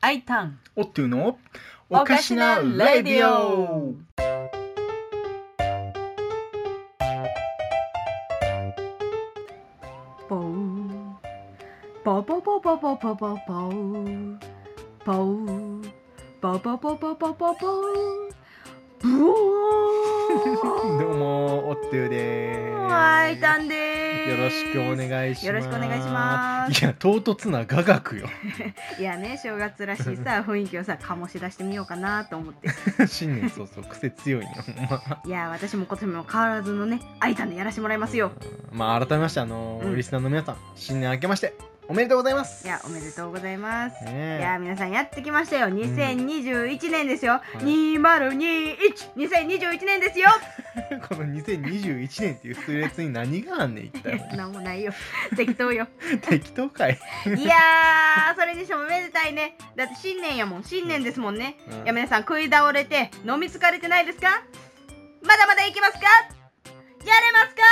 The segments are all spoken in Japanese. アイタンおっていうのおかしなレディオポーポポポポポポポポーポーポポポポポポポーブオーどうもおっていうですアイタンですよろしくお願いしますよろしくお願いしますいや唐突な雅楽よ いやね正月らしい さ雰囲気をさ醸し出してみようかなと思って新年早々癖強いねほんまいや私も今年も変わらずのねアイタンでやらしてもらいますよまあ改めましてあの、うんリスナーの皆さん新年明けましておめでとうございますいやおめでとうございますねいえや皆さんやってきましたよ2021年ですよ、い20212021年ですよこの2021年っていう数列に何があんねん一体なんもないよ適当 よ適当かい、いやーそれにしてもめでたいねだって新年やもん新年ですもんね、うんいや皆さん食い倒れて飲み疲れてないですかまだまだいきますかやれますか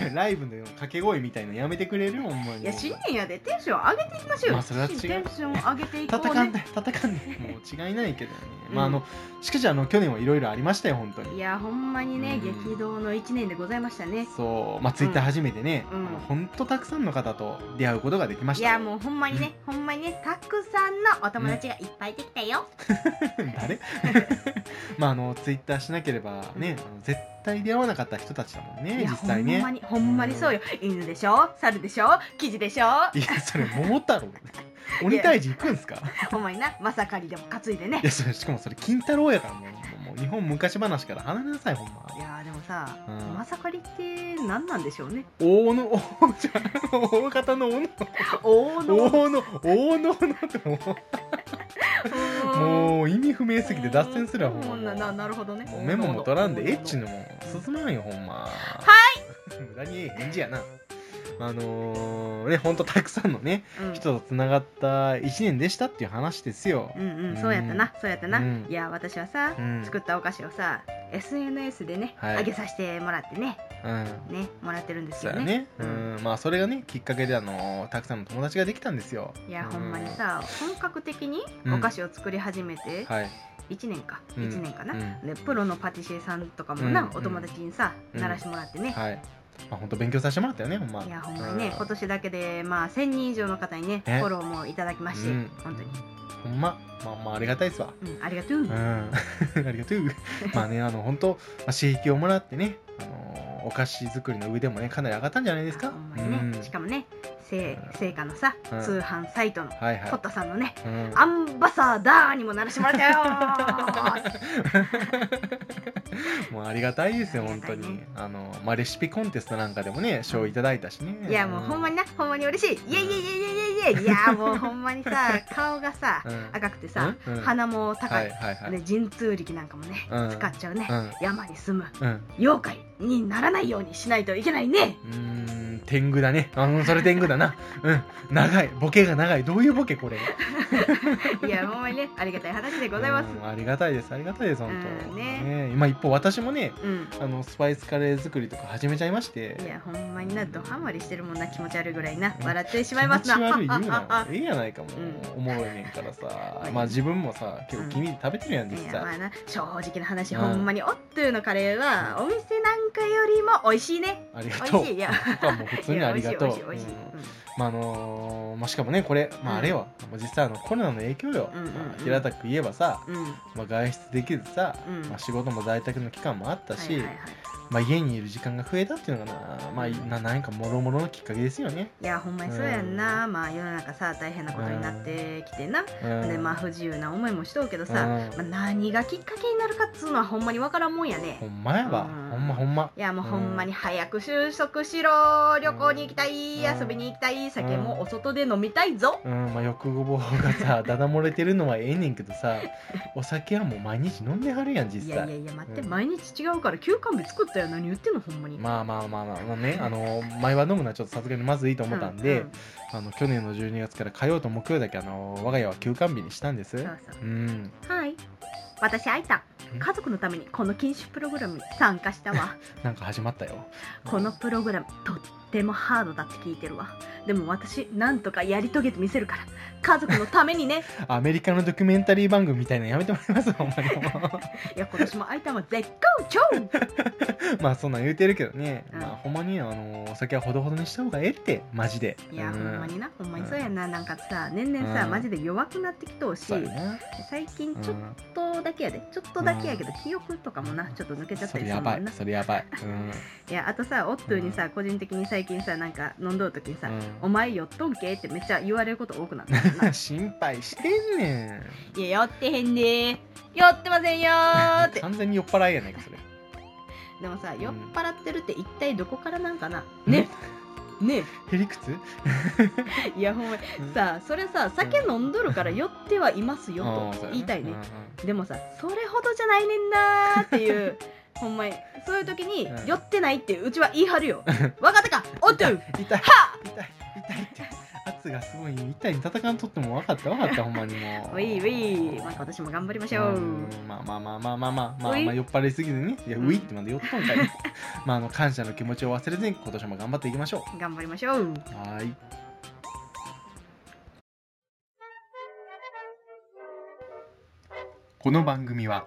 いやライブの掛け声みたいなのやめてくれるほんまにいや新年やでテンション上げていきましょうよ、まあそれは違うテンション上げていこうね戦んない戦んないもう違いないけどね、うんまああのしかしあの去年はいろいろありましたよ本当いにやほんまにね、うん激動の1年でございましたねそうまあツイッター初めてね、うんあの本当たくさんの方と出会うことができまいしたやもうほんまにね、ほんまにねたくさんのお友達がいっぱいできたよ、 誰まああのツイッターしなければね、あの絶対出会わなかった人たちだもいんねや実ほ際んねまにほんまにそうよ、犬でしょ猿でしょキジでしょいやそれ桃太 郎鬼退治行くんすかほんまになまさかりでも担いでねいやそれしかもそれ金太郎やからもうもう日本昔話から離れなさいほん まいやーでもさ、うんまさかりって何なんでしょうね大の大じゃ 大方 の大の王の大の大ののってもううんもう意味不明すぎて脱線するわほんうなまなもなるほどねうメモも取らんでエッチののもん進まんよほんまはい 無駄にええ返事やなあのー、ねほんとたくさんのね人とつながった1年でしたっていう話ですようんうん、そうやったなそうやったな、うんいや私はさ、うん作ったお菓子をさ SNS でね、はいあげさせてもらってねうんねもらってるんですそうよやねねううんんまあそれがねきっかけであのーたくさんの友達ができたんですよいやうほんまにさ本格的にうんお菓子を作り始めてはい1年か、うん1年かな、うんでプロのパティシエさんとかもな、うんお友達にさ、うんならしてもらってね、はいまあほんと勉強させてもらったよねほんまいやほんまにね、う今年だけでまあ1000人以上の方にねフねォローもいただきまして、うん本当に、ほんままあまあありがたいっすわうん、ありがとう、うん ありがとう。まあね、あの本当、まあ、刺激をもらってね、あのーお菓子作りの上でもね、かなり上がったんじゃないですか。ほんまにね、うんしかもね成果のさ、うん通販サイトのはいはいコッ。タさんのねうんアンバサダーにもならしてもらったよ もうありがたいですよ、あり本がた当いねに。あの、まあ、レシピコンテストなんかでもね、賞いただいたしね。いやもうほんまになほんまに嬉しいイエイイエイイエイイエイイエイいやもうほんまにさ顔がさうん赤くてさ、うんうん鼻も高、はいいはいはい。で神通力なんかもね、うん使っちゃうね、うん山に住むうん。妖怪にならないようにしないといけない ねうーん天狗だね。あの、それ天狗だな。うん。長い。ボケが長い。どういうボケこれ。いやほんまにねありがたい話でございますうんありがたいです。ありがたいです、本当。うんねね今一方、私もね、うんあのスパイスカレー作りとか始めちゃいましていやほんまになドハマりしてるもんな気持ち悪いぐらいなうん笑ってしまいますな。気持ち悪い言うなええやないかもうう、おもろいねんからさうんまあ自分もさ結構気に入って食べてるやんい実や際、まあな正直な話、うんほんまにオットゥのカレーはお店なんかよりも美味しいねありが美とう味しいいやここはもう普通にありがとういや美味しい美味しいうんまああのーまあ、しかもねこれ、まあ、あれよ、まあ実際あのコロナの影響よ、うんうんうんまあ平たく言えばさ、美味しいうんうんまあ、外出できずさ、うんまあ、仕事も在宅の期間もあったし、はいはいはいまあ、家にいる時間が増えたっていうのがな、まあ、うんななんかもろもろのきっかけですよね。いやほんまにそうやんな、まあ世の中さ大変なことになってきてな、うんでまあ不自由な思いもしとうけどさ、まあ、何がきっかけになるかっつうのはほんまにわからんもんやねほんまやわ、うんほんまほんまいやもうほんまに早く就職しろ旅行に行きたい、うん遊びに行きたい酒もお外で飲みたいぞ、うんまあ、欲望がさだだ漏れてるのはええねんけど さお酒はもう毎日飲んではるやんい実やい際やいや待って、うん毎日違うから休館日作ったよ何言ってんのほんまに、まあまあまあまあ、まあねあの前は飲むのはちょっとさすがにまずいと思ったんで、ううあの去年の12月から火曜と木曜だけあの我が家は休館日にしたんですそうそううんはい私あいたん家族のためにこの禁酒プログラムに参加した わなんか始まったよこのプログラムとってもハードだって聞いてるわでも私なんとかやり遂げてみせるから家族のため にねアメリカのドキュメンタリー番組みたいなのやめてもらいますほんまにも いや今年もあいたんは絶好調うまあそんなん言うてるけどね、うんまあほんまにあのお酒はほどほどにした方がええってマジでいや、うんほんまになほんまにそうやななんかさ年々さ、うんマジで弱くなってきとうしそうやな最近うんちょっとだけやでちょっとだけやけど、記憶とかもなちょっと抜けちゃっそたりれするやもばんいなそれやばいいやあとさオットゥにさ、個人的に最近さなんか飲んどる時にさ、おう前酔っとんけってめっちゃ言われること多 くなったん心配してんねいや酔ってへんでー酔ってませんよーっんて完全に酔っ払いやないかそれ でもさん酔っ払ってるって一体どこからなんかな ねねへりくついやほんまにさあそれさ酒飲んどるから酔ってはいますよと言いたいねでもさそれほどじゃないねんなーっていう ほんまにそういう時にうん酔ってないってうちは言い張 るよ分かったかおっと痛いは痛い痛いあ痛いって圧がすごい痛いに戦んとっても分かった分かったほんまにも うウィーウィーまあ今年も頑張りましょううんまあまあまあまあまあまあまあ、ういまあ、酔っ払いすぎずにねいや、ううんいってまで酔っとんかい まああの感謝の気持ちを忘れずに今年も頑張っていきましょ頑張りましょううはーいこの番組は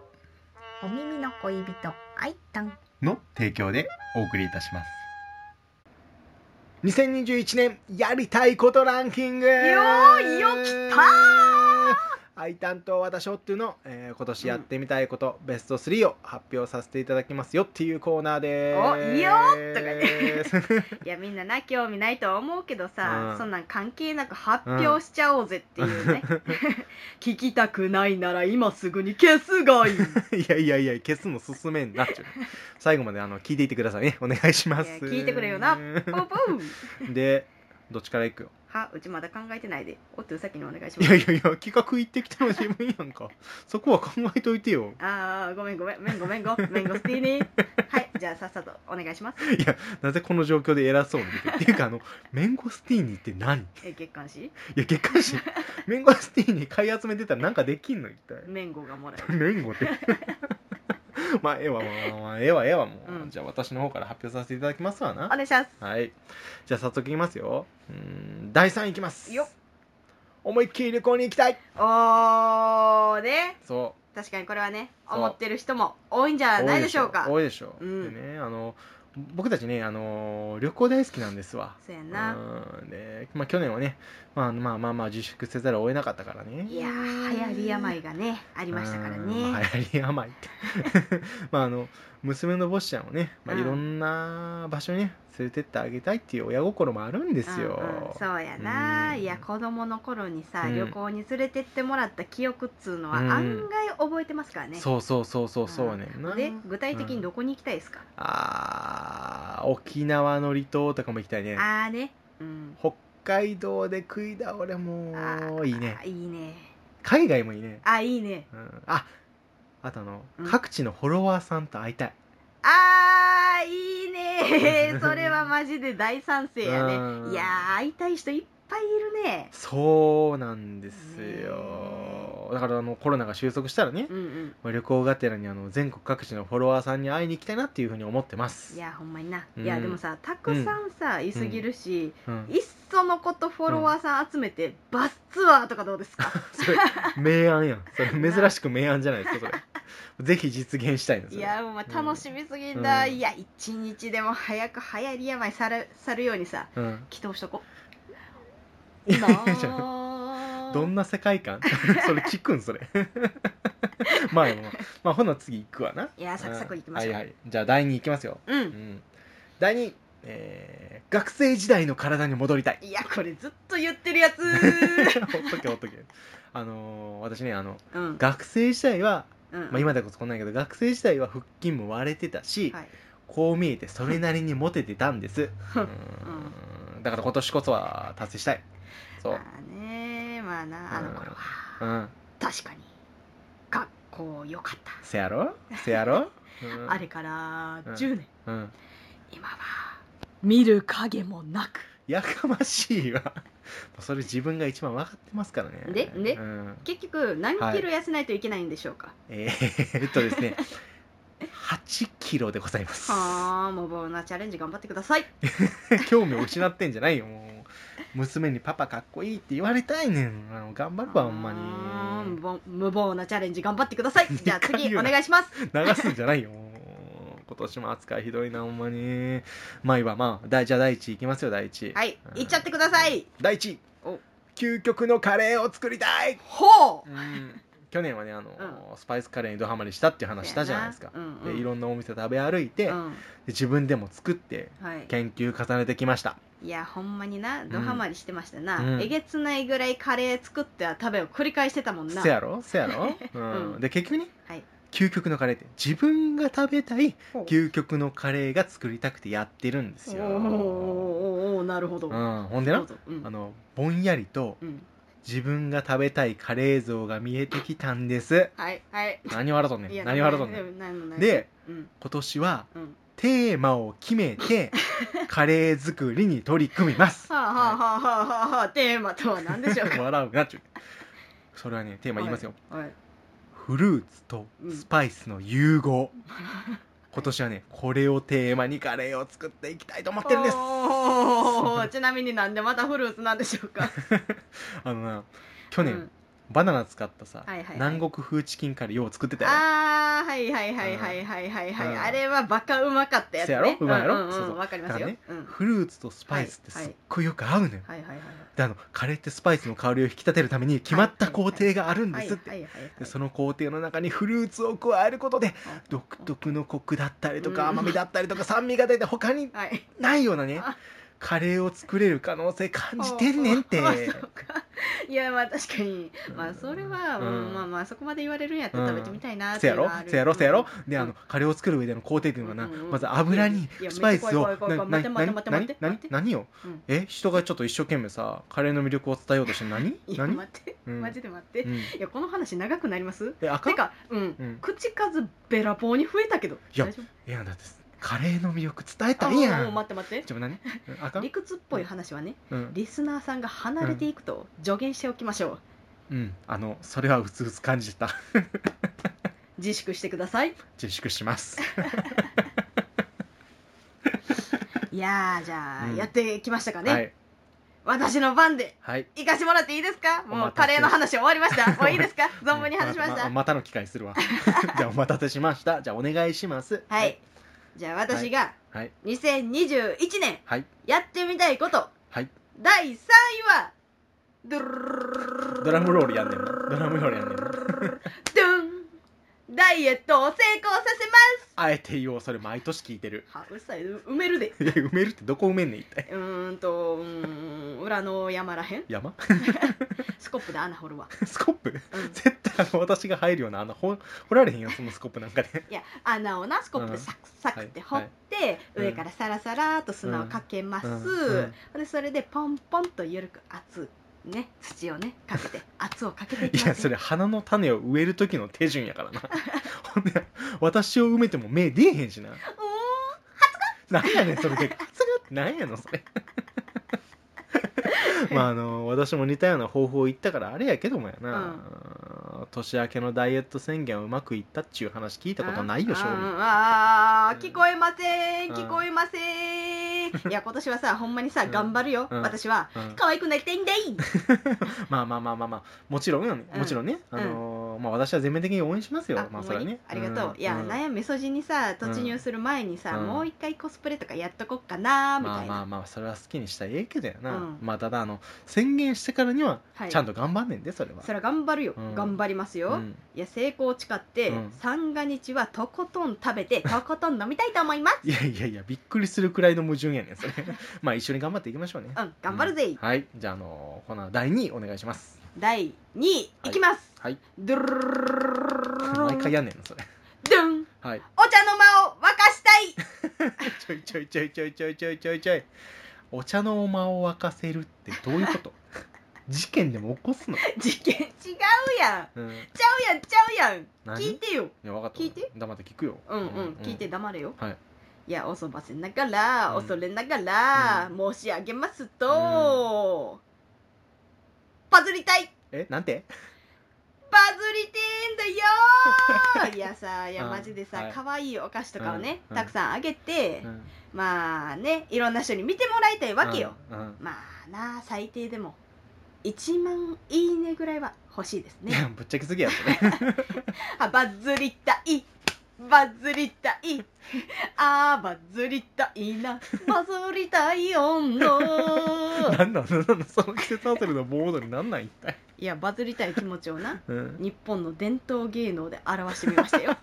お耳の恋人あいたんの提供でお送りいたします2021年やりたいことランキングよーいよ来たーアイタンと私オットゥの、えー今年やってみたいこと、ベスト3を発表させていただきますよっていうコーナーでおーすいいよーとかとかいやみんなな興味ないとは思うけどさ、うんそんなん関係なく発表しちゃおうぜっていうね、 聞きたくないなら今すぐに消すがいいい いやいやいや消すの進めんなっちゅう最後まであの聞いていってくださいねお願いしますいや聞いてくれよなポンポン でどっちからいくよはうちまだ考えてないでおっと先にお願いしいまやいすやいや企画行ってきたの自分やんかそこは考えといてよああごめんごめんめんごめんごめんごスティー ニーはいじゃあさっさとお願いしますいやなぜこの状況で偉そうに出てるっていうかあのメンゴスティーニって何いえ月刊誌や月 刊誌メンゴスティーニ買い集めてたらなんかできんの一体メンゴがもらえるメンゴって まあええわまあまあまあええわええわもう、うんじゃあ私の方から発表させていただきますわおな願いしますはいじゃあ早速いきますようーん第3位いきますよっ思いっきり旅行に行きたいおーねそう確かにこれはねそう思ってる人も多いんじゃないでしょうか多いでしょううんでねあの僕たちねあの旅行大好きなんですわそうやな、うんで、まあ、去年はね、まあ、まあまあまあ自粛せざるを得なかったからねいやー流行り病がねありましたからうんまあね。流行り病って まああの娘の坊ちゃんをね、まあ、うんいろんな場所にね連れてってあげたいっていう親心もあるんですよ、うんうんそうやな、うんいや子供の頃にさ、うん旅行に連れてってもらった記憶っつうのはうん案外覚えてますからね、そうそうそうそうそうやねんな、で具体的にどこに行きたいですか、あー沖縄の離島とかも行きたいねああねうん北海道で食い倒れあもーいいねあいいね海外もいいね、あいいねうん、ああとあの、うん各地のフォロワーさんと会いたいあーいいね それはマジで大賛成やねうんいやー会いたい人いっぱいいるねそうなんですねよだからあのコロナが収束したらねうんうんまあ旅行がてらにあの全国各地のフォロワーさんに会いに行きたいなっていうふうに思ってますいやほんまにな、うんいやでもさたくさんさ、いすぎるし、うん、いっそのことフォロワーさん集めて、バスツアーとかどうです かそれ明暗や んそれ珍しく明暗じゃないですかそれぜひ実現したいですいやもう楽しみすぎんだ、うんいや一日でも早く流行り病さる去るようにさうん、祈祷しとこういやいやいやなどんなな世界観 それ聞くんそれ まあまあまあほな次行くわないやサクサクいきましょう、んはいはいじゃあ第2いきますよ、ううんん、第2、えー学生時代の体に戻りたいいやこれずっと言ってる やつほっとけほっとけあのー私ねあのうん学生時代は、うんまあ、今だこそこんなんやけど学生時代は腹筋も割れてたし、はいこう見えてそれなりにモテてたんです、 うんうん、だから今年こそは達成したいそう、まあねまあなあの頃はうん、確かに学校良かった、せやろせやろ、うんあれからうん10年、うん今は見る影もなくやかましいわ もうそれ自分が一番分かってますからねででうん、結局何キロ痩せないといけないんでしょうか、えー、っとで すね8キロでございますはあ無謀なチャレンジ頑張ってください興味を失ってんじゃないよもう娘に「パパかっこいい」って言われたいねんあの頑張るわほんまあー無に謀無謀なチャレンジ頑張ってくだ さいじゃあでかい次よおな願いします流すんじゃないよもう今年も扱いひどいなほんまにまあいいわまあだじゃあ第一いきますよ第一はいうん行っちゃってください第一お究極のカレーを作りたいほう 去年はねあの、スパイスカレーにドハマりしたっていう話したじゃないですかう、んうん、でいろんなお店食べ歩いて、うでん自分でも作ってはい、研究重ねてきましたいやほんまになドハマりしてましたな、うんえげつないぐらいカレー作っては食べを繰り返してたもんなせやろせやろ、うん うんで結局ね、はい究極のカレーって自分が食べたいほう究極のカレーが作りたくてやってるんですよ、おーおーおーおーなるほど、うん、どほんでうなぞうんあのぼんやりとうん自分が食べたいカレー像が見えてきたんですはいはい何笑うとんいねやん何笑うとんねなんんなんなんでうん今年はうんテーマを決め てカレー作りに取り組みますはあはあはあはあはあはあテーマとは何でしょうか笑うなっちゅうそれはねテーマ言いますよ、はいフルーツとうんスパイスの融合、今年はねこれをテーマにカレーを作っていきたいと思ってるんですおーちなみになんでまたフルーツなんでしょうかあのな去年、うんバナナ使ったさ、はいはいはい南国風チキンカレーよう作ってたよあーはいはいはいはいはいはいはい、うんあれはバカうまかったやつねせやろうまいやろうんうんそううそんうわかりますよ、だかうんはいフルーツとスパイスってはいすっごいよく合うのよ、はいはいはいであのカレーってスパイスの香りを引き立てるために決まった工程があるんですって、はいはいはいはいでその工程の中にフルーツを加えることであ独特のコクだったりとうんか甘みだったりとか酸味が出て他にはいないようなねあカレーを作れる可能性感じてんねんってあそうかいやまあ確かにまあそれは、ううんん、まあまあそこまで言われるんやったら食べてみたいなっていせやうのろはあるせやろせやろでうんあのカレーを作る上での工程っていうのがなうんうんうんまず油にいやスパイスをめっちゃ怖い怖い怖い怖いな待ってな待って待ってな待ってな何ようんえ人がちょっと一生懸命さカレーの魅力を伝えようとして何いや何待って、うんマジで待って、うんいやこの話長くなりますえあかんてかうん、うん口数べらぼうに増えたけどや大丈夫いやだってカレーの魅力伝えあたいもうやもうん待って待ってちょ何うんあかん理屈っぽい話はねうんリスナーさんが離れていくと助言しておきましょう、うんあのそれはうつうつ感じてた自粛してください自粛しますいやーじゃあ、うんやってきましたかね、はい私の番ではい行かしてもらっていいですかおもう待カたせレーの話終わりま したもういいですか存分に話しましうんたままたの機会するわ じゃあお待たせしましたじゃあお願いしますはいじゃあ私がはい2021年はいやってみたいことはい第3位はドゥルルルルルドラムロールやんねんなドラムロールやんねんなドゥンダイエットを成功させまあえて言おうそれ毎年聞いてるすはうるさい埋めるでいや埋めるってどこ埋めんねん一体うーんとうーん裏の山らへん山 スコップで穴掘るわ、スコップうん、い絶対あの私が入るようなあの掘掘られへんよそのスコップなんか でや穴をなスコップでサクサクって掘って、はい上からサラサラと砂をかけます、うんうんでそれでポンポンと緩く圧ね土をねかけ て圧をかけていきます、いね、やそれ花の種を植える時の手順やからなほんで私を埋めても芽出えへんしなうーんなんやねん それでカツがなんやのそれ まああの私も似たような方法言ったからあれやけどもやな、年明けのダイエット宣言はうまくいったっちゅう話聞いたことないあよ正味あーあーうん聞こえませんうん聞こえませんいや今年はさほんまにさうん頑張るよ、うん私はうん可愛くなりたいんだいまあまあまあまあまあもちろんよねうんもちろんね、あのーまあ私は全面的に応援しますよあまほあんそまれはにねありがとう、んいや、うん悩みそじにさ突入する前にさ、うんもう一回コスプレとかやっとこっかなみまたあいな、まあまあそれは好きにしたらええけどやな、うんまあただあの宣言してからにははいちゃんと頑張んねんでそれはそれは頑張るよ、うん頑張りますよ、うんいや成功を誓って、うん三が日はとことん食べてとことん飲みたいと思いますいやいやいやびっくりするくらいの矛盾やねんそれ まあ一緒に頑張っていきましょうねうん頑張るぜ、うんはいじゃああのーこの第2位お願いします第2位いきます、はいドゥルルルルルルル毎回やんねんなそれドゥンはいお茶の間を沸かしたい ちょいちょいちょいちょいちょいちょいちょいちょいお茶の間を沸かせるってどういうこと事件でも起こすの、事件違うやんうん、ちゃうやんちゃうやん何聞いてよいや分かった聞いて黙って聞くようんうん聞いて黙れよはいいや恐ばせながらうん恐れながら、申し上げますと、パズりたいえなんてバズり てーんだよーいやさいやうんマジではさい可愛、い、お菓子とかをね、うんたくさんあげて、うんまあねいろんな人に見てもらいたいわけよ、うんうんまあなあ最低でも1万いいねぐらいは欲しいです いやねぶっちゃけすぎやろねあバズりたいバズりたいあーバズりたいなバズりたい女 なんなんなんなんその季節遊びの盆踊りなんなん一体いやバズりたい気持ちをなうん日本の伝統芸能で表してみましたよ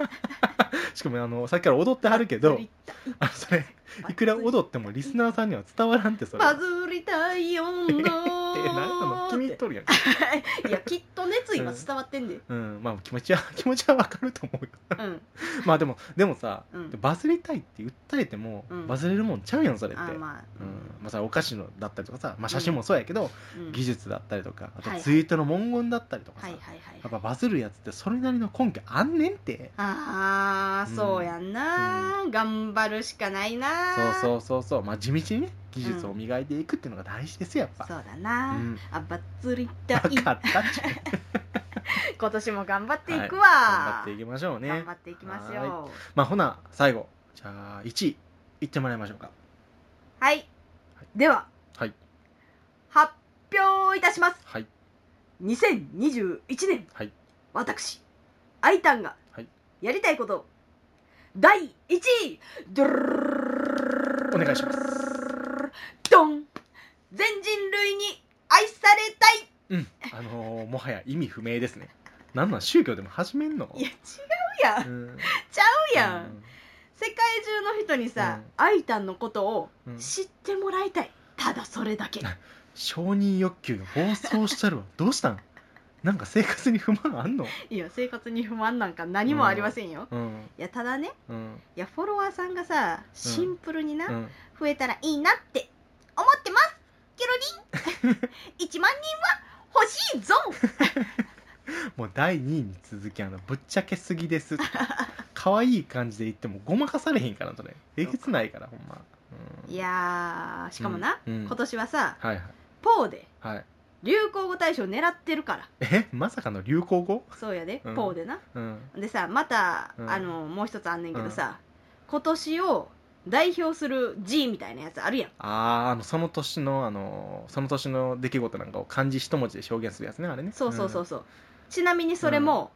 しかも あのさっきから踊ってはるけバどズりたいあのそれいくら踊ってもリスナーさんには伝わらんってそれバズりたい女ええ何なの気に入っとるやんいやきっと熱意は伝わってんでうんまあ気持ちは 気持ちはわかると思うよ うんまあでもでもさ、うんバズりたいって訴えても、うんバズれるもんちゃうやんそれってあまあうんまあ、それお菓子のだったりとかさ、まあ、写真もそうやけど、うん技術だったりとかあとはいはいツイートの文言だったりとかさ、はいはいはいやっぱバズるやつってそれなりの根拠あんねんってああ、うんそうやんな、頑張るしかないなそううそうそうそうまあ地道にね技術を磨いていくっていうのが大事ですよやっぱ、そうだな、うんあバズりたわいかったっちゅ う今年も頑張っていくわ、頑張っていきましょうね頑張っていきますよまあほな最後じゃあ1位いってもらいましょうかはいでは、はい発表いたしますはい2021年、はい私アイタンがはいやりたいこと、第1位ドゥルルルルルルお願いしますドン全人類に愛されたいうんあのーもはや意味不明ですねなんなん宗教でも始めんのいや違うやんう違うんやん、世界中の人にさ、アイタンのことをうんうん知ってもらいたいただそれだけ承認欲求が暴走したるわどうしたんなんか生活に不満あ んのいや生活に不満なんか何もありませんよ、うんいやただねうんいやフォロワーさんがさシンプルにな、うん増えたらいいなって思ってますケロリン 1万人は欲しいぞもう第2位に続きあのぶっちゃけすぎです可愛い感じで言ってもごまかされへんからそれえげつないからほんま、うん、いやーしかもな、うんうん今年はさはいはいポーではい流行語大賞狙ってるからえまさかの流行語そうやで、うんポーでなうんでさまた、うんあのもう一つあんねんけどさ、今年を代表する G みたいなやつあるやんあーあのその年のあのその年の出来事なんかを漢字一文字で表現するやつねあれねそうそうそううそう、ちなみにそれも、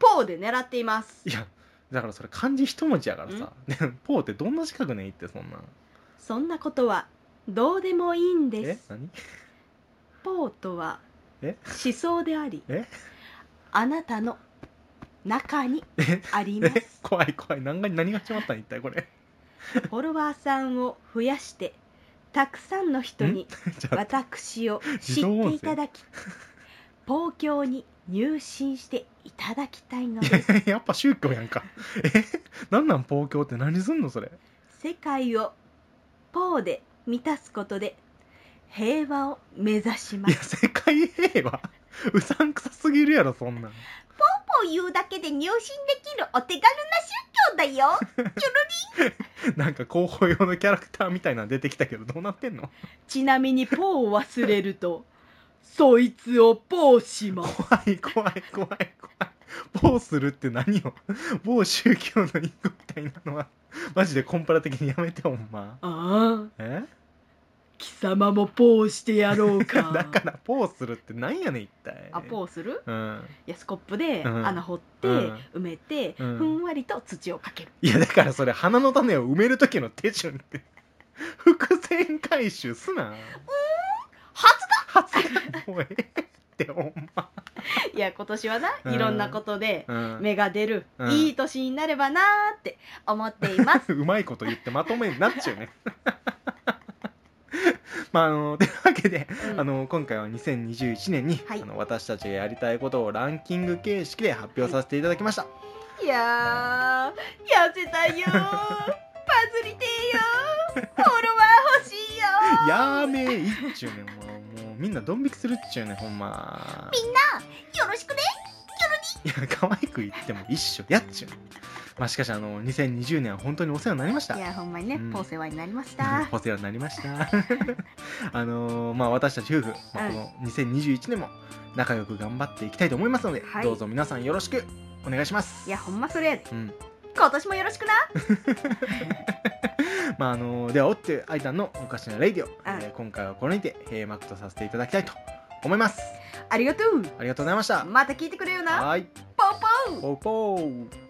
ポーで狙っていますんいやだからそれ漢字一文字やからさ、ねポーってどんな字書くねんいってそんなんそんなことはどうでもいいんでえす何ポーとはえ思想でありえあなたの中にえありまえす怖い怖い何が何が始まったん一体 これフォロワーさんを増やしてたくさんの人にじゃあ私を知自っ動音声ていた だき東京に入信していただきたいのですえやっぱ宗教やんかえなんなんポー教って何すんのそれ世界をポーで満たすことで平和を目指しまいすや世界平和うさんくさすぎるやろそんなんポー言うだけで入信できるお手軽な宗教だよなんか広報用のキャラクターみたいなの出てきたけどどうなってんの ちなみにポーを忘れるとそいつをポーしま怖すい怖い怖い怖い棒するって何よ某宗教の隠語みたいなのはマジでコンパラ的にやめてほんまああえ貴様もポーしてやろう かだからポーするってなんやねん一体あポーするうんいやスコップでうん穴掘って、うん埋めて、うんふんわりと土をかけるいやだからそれ花の種を埋める時の手順って伏線回収すな初だ初もうええってほんま、 いや今年はなうんいろんなことでうん芽が出る、うんいい年になればなーって思ってい ますうまいこと言ってまとめになっちゃうね まああのというわけで、うんあの今回は2021年に、はいあの私たちがやりたいことをランキング形式で発表させていただきました、いやー痩せたいよーバズりて ーよーフォロワー欲しいよーやーめえいっちゅうねんもうもうみんなドン引きするっちゅうねんほんまよろしくねいや可愛く言っても一緒やっちゅうねんまあしかしあの2020年は本当にお世話になりましたいやほんまにね、うんお世話になりました お世話になりましたあのーまあ私たち夫婦、まあ、うんこの2021年も仲良く頑張っていきたいと思いますので、はいどうぞ皆さんよろしくお願いしますいやほんまそれやでうん、今年もよろしくなまああのーではおってアイタンのおかしなレイディオ、えー今回はこれにて閉幕とさせていただきたいと思いますありがとうありがとうございましたまた聞いてくれよなはいポンポンポーポー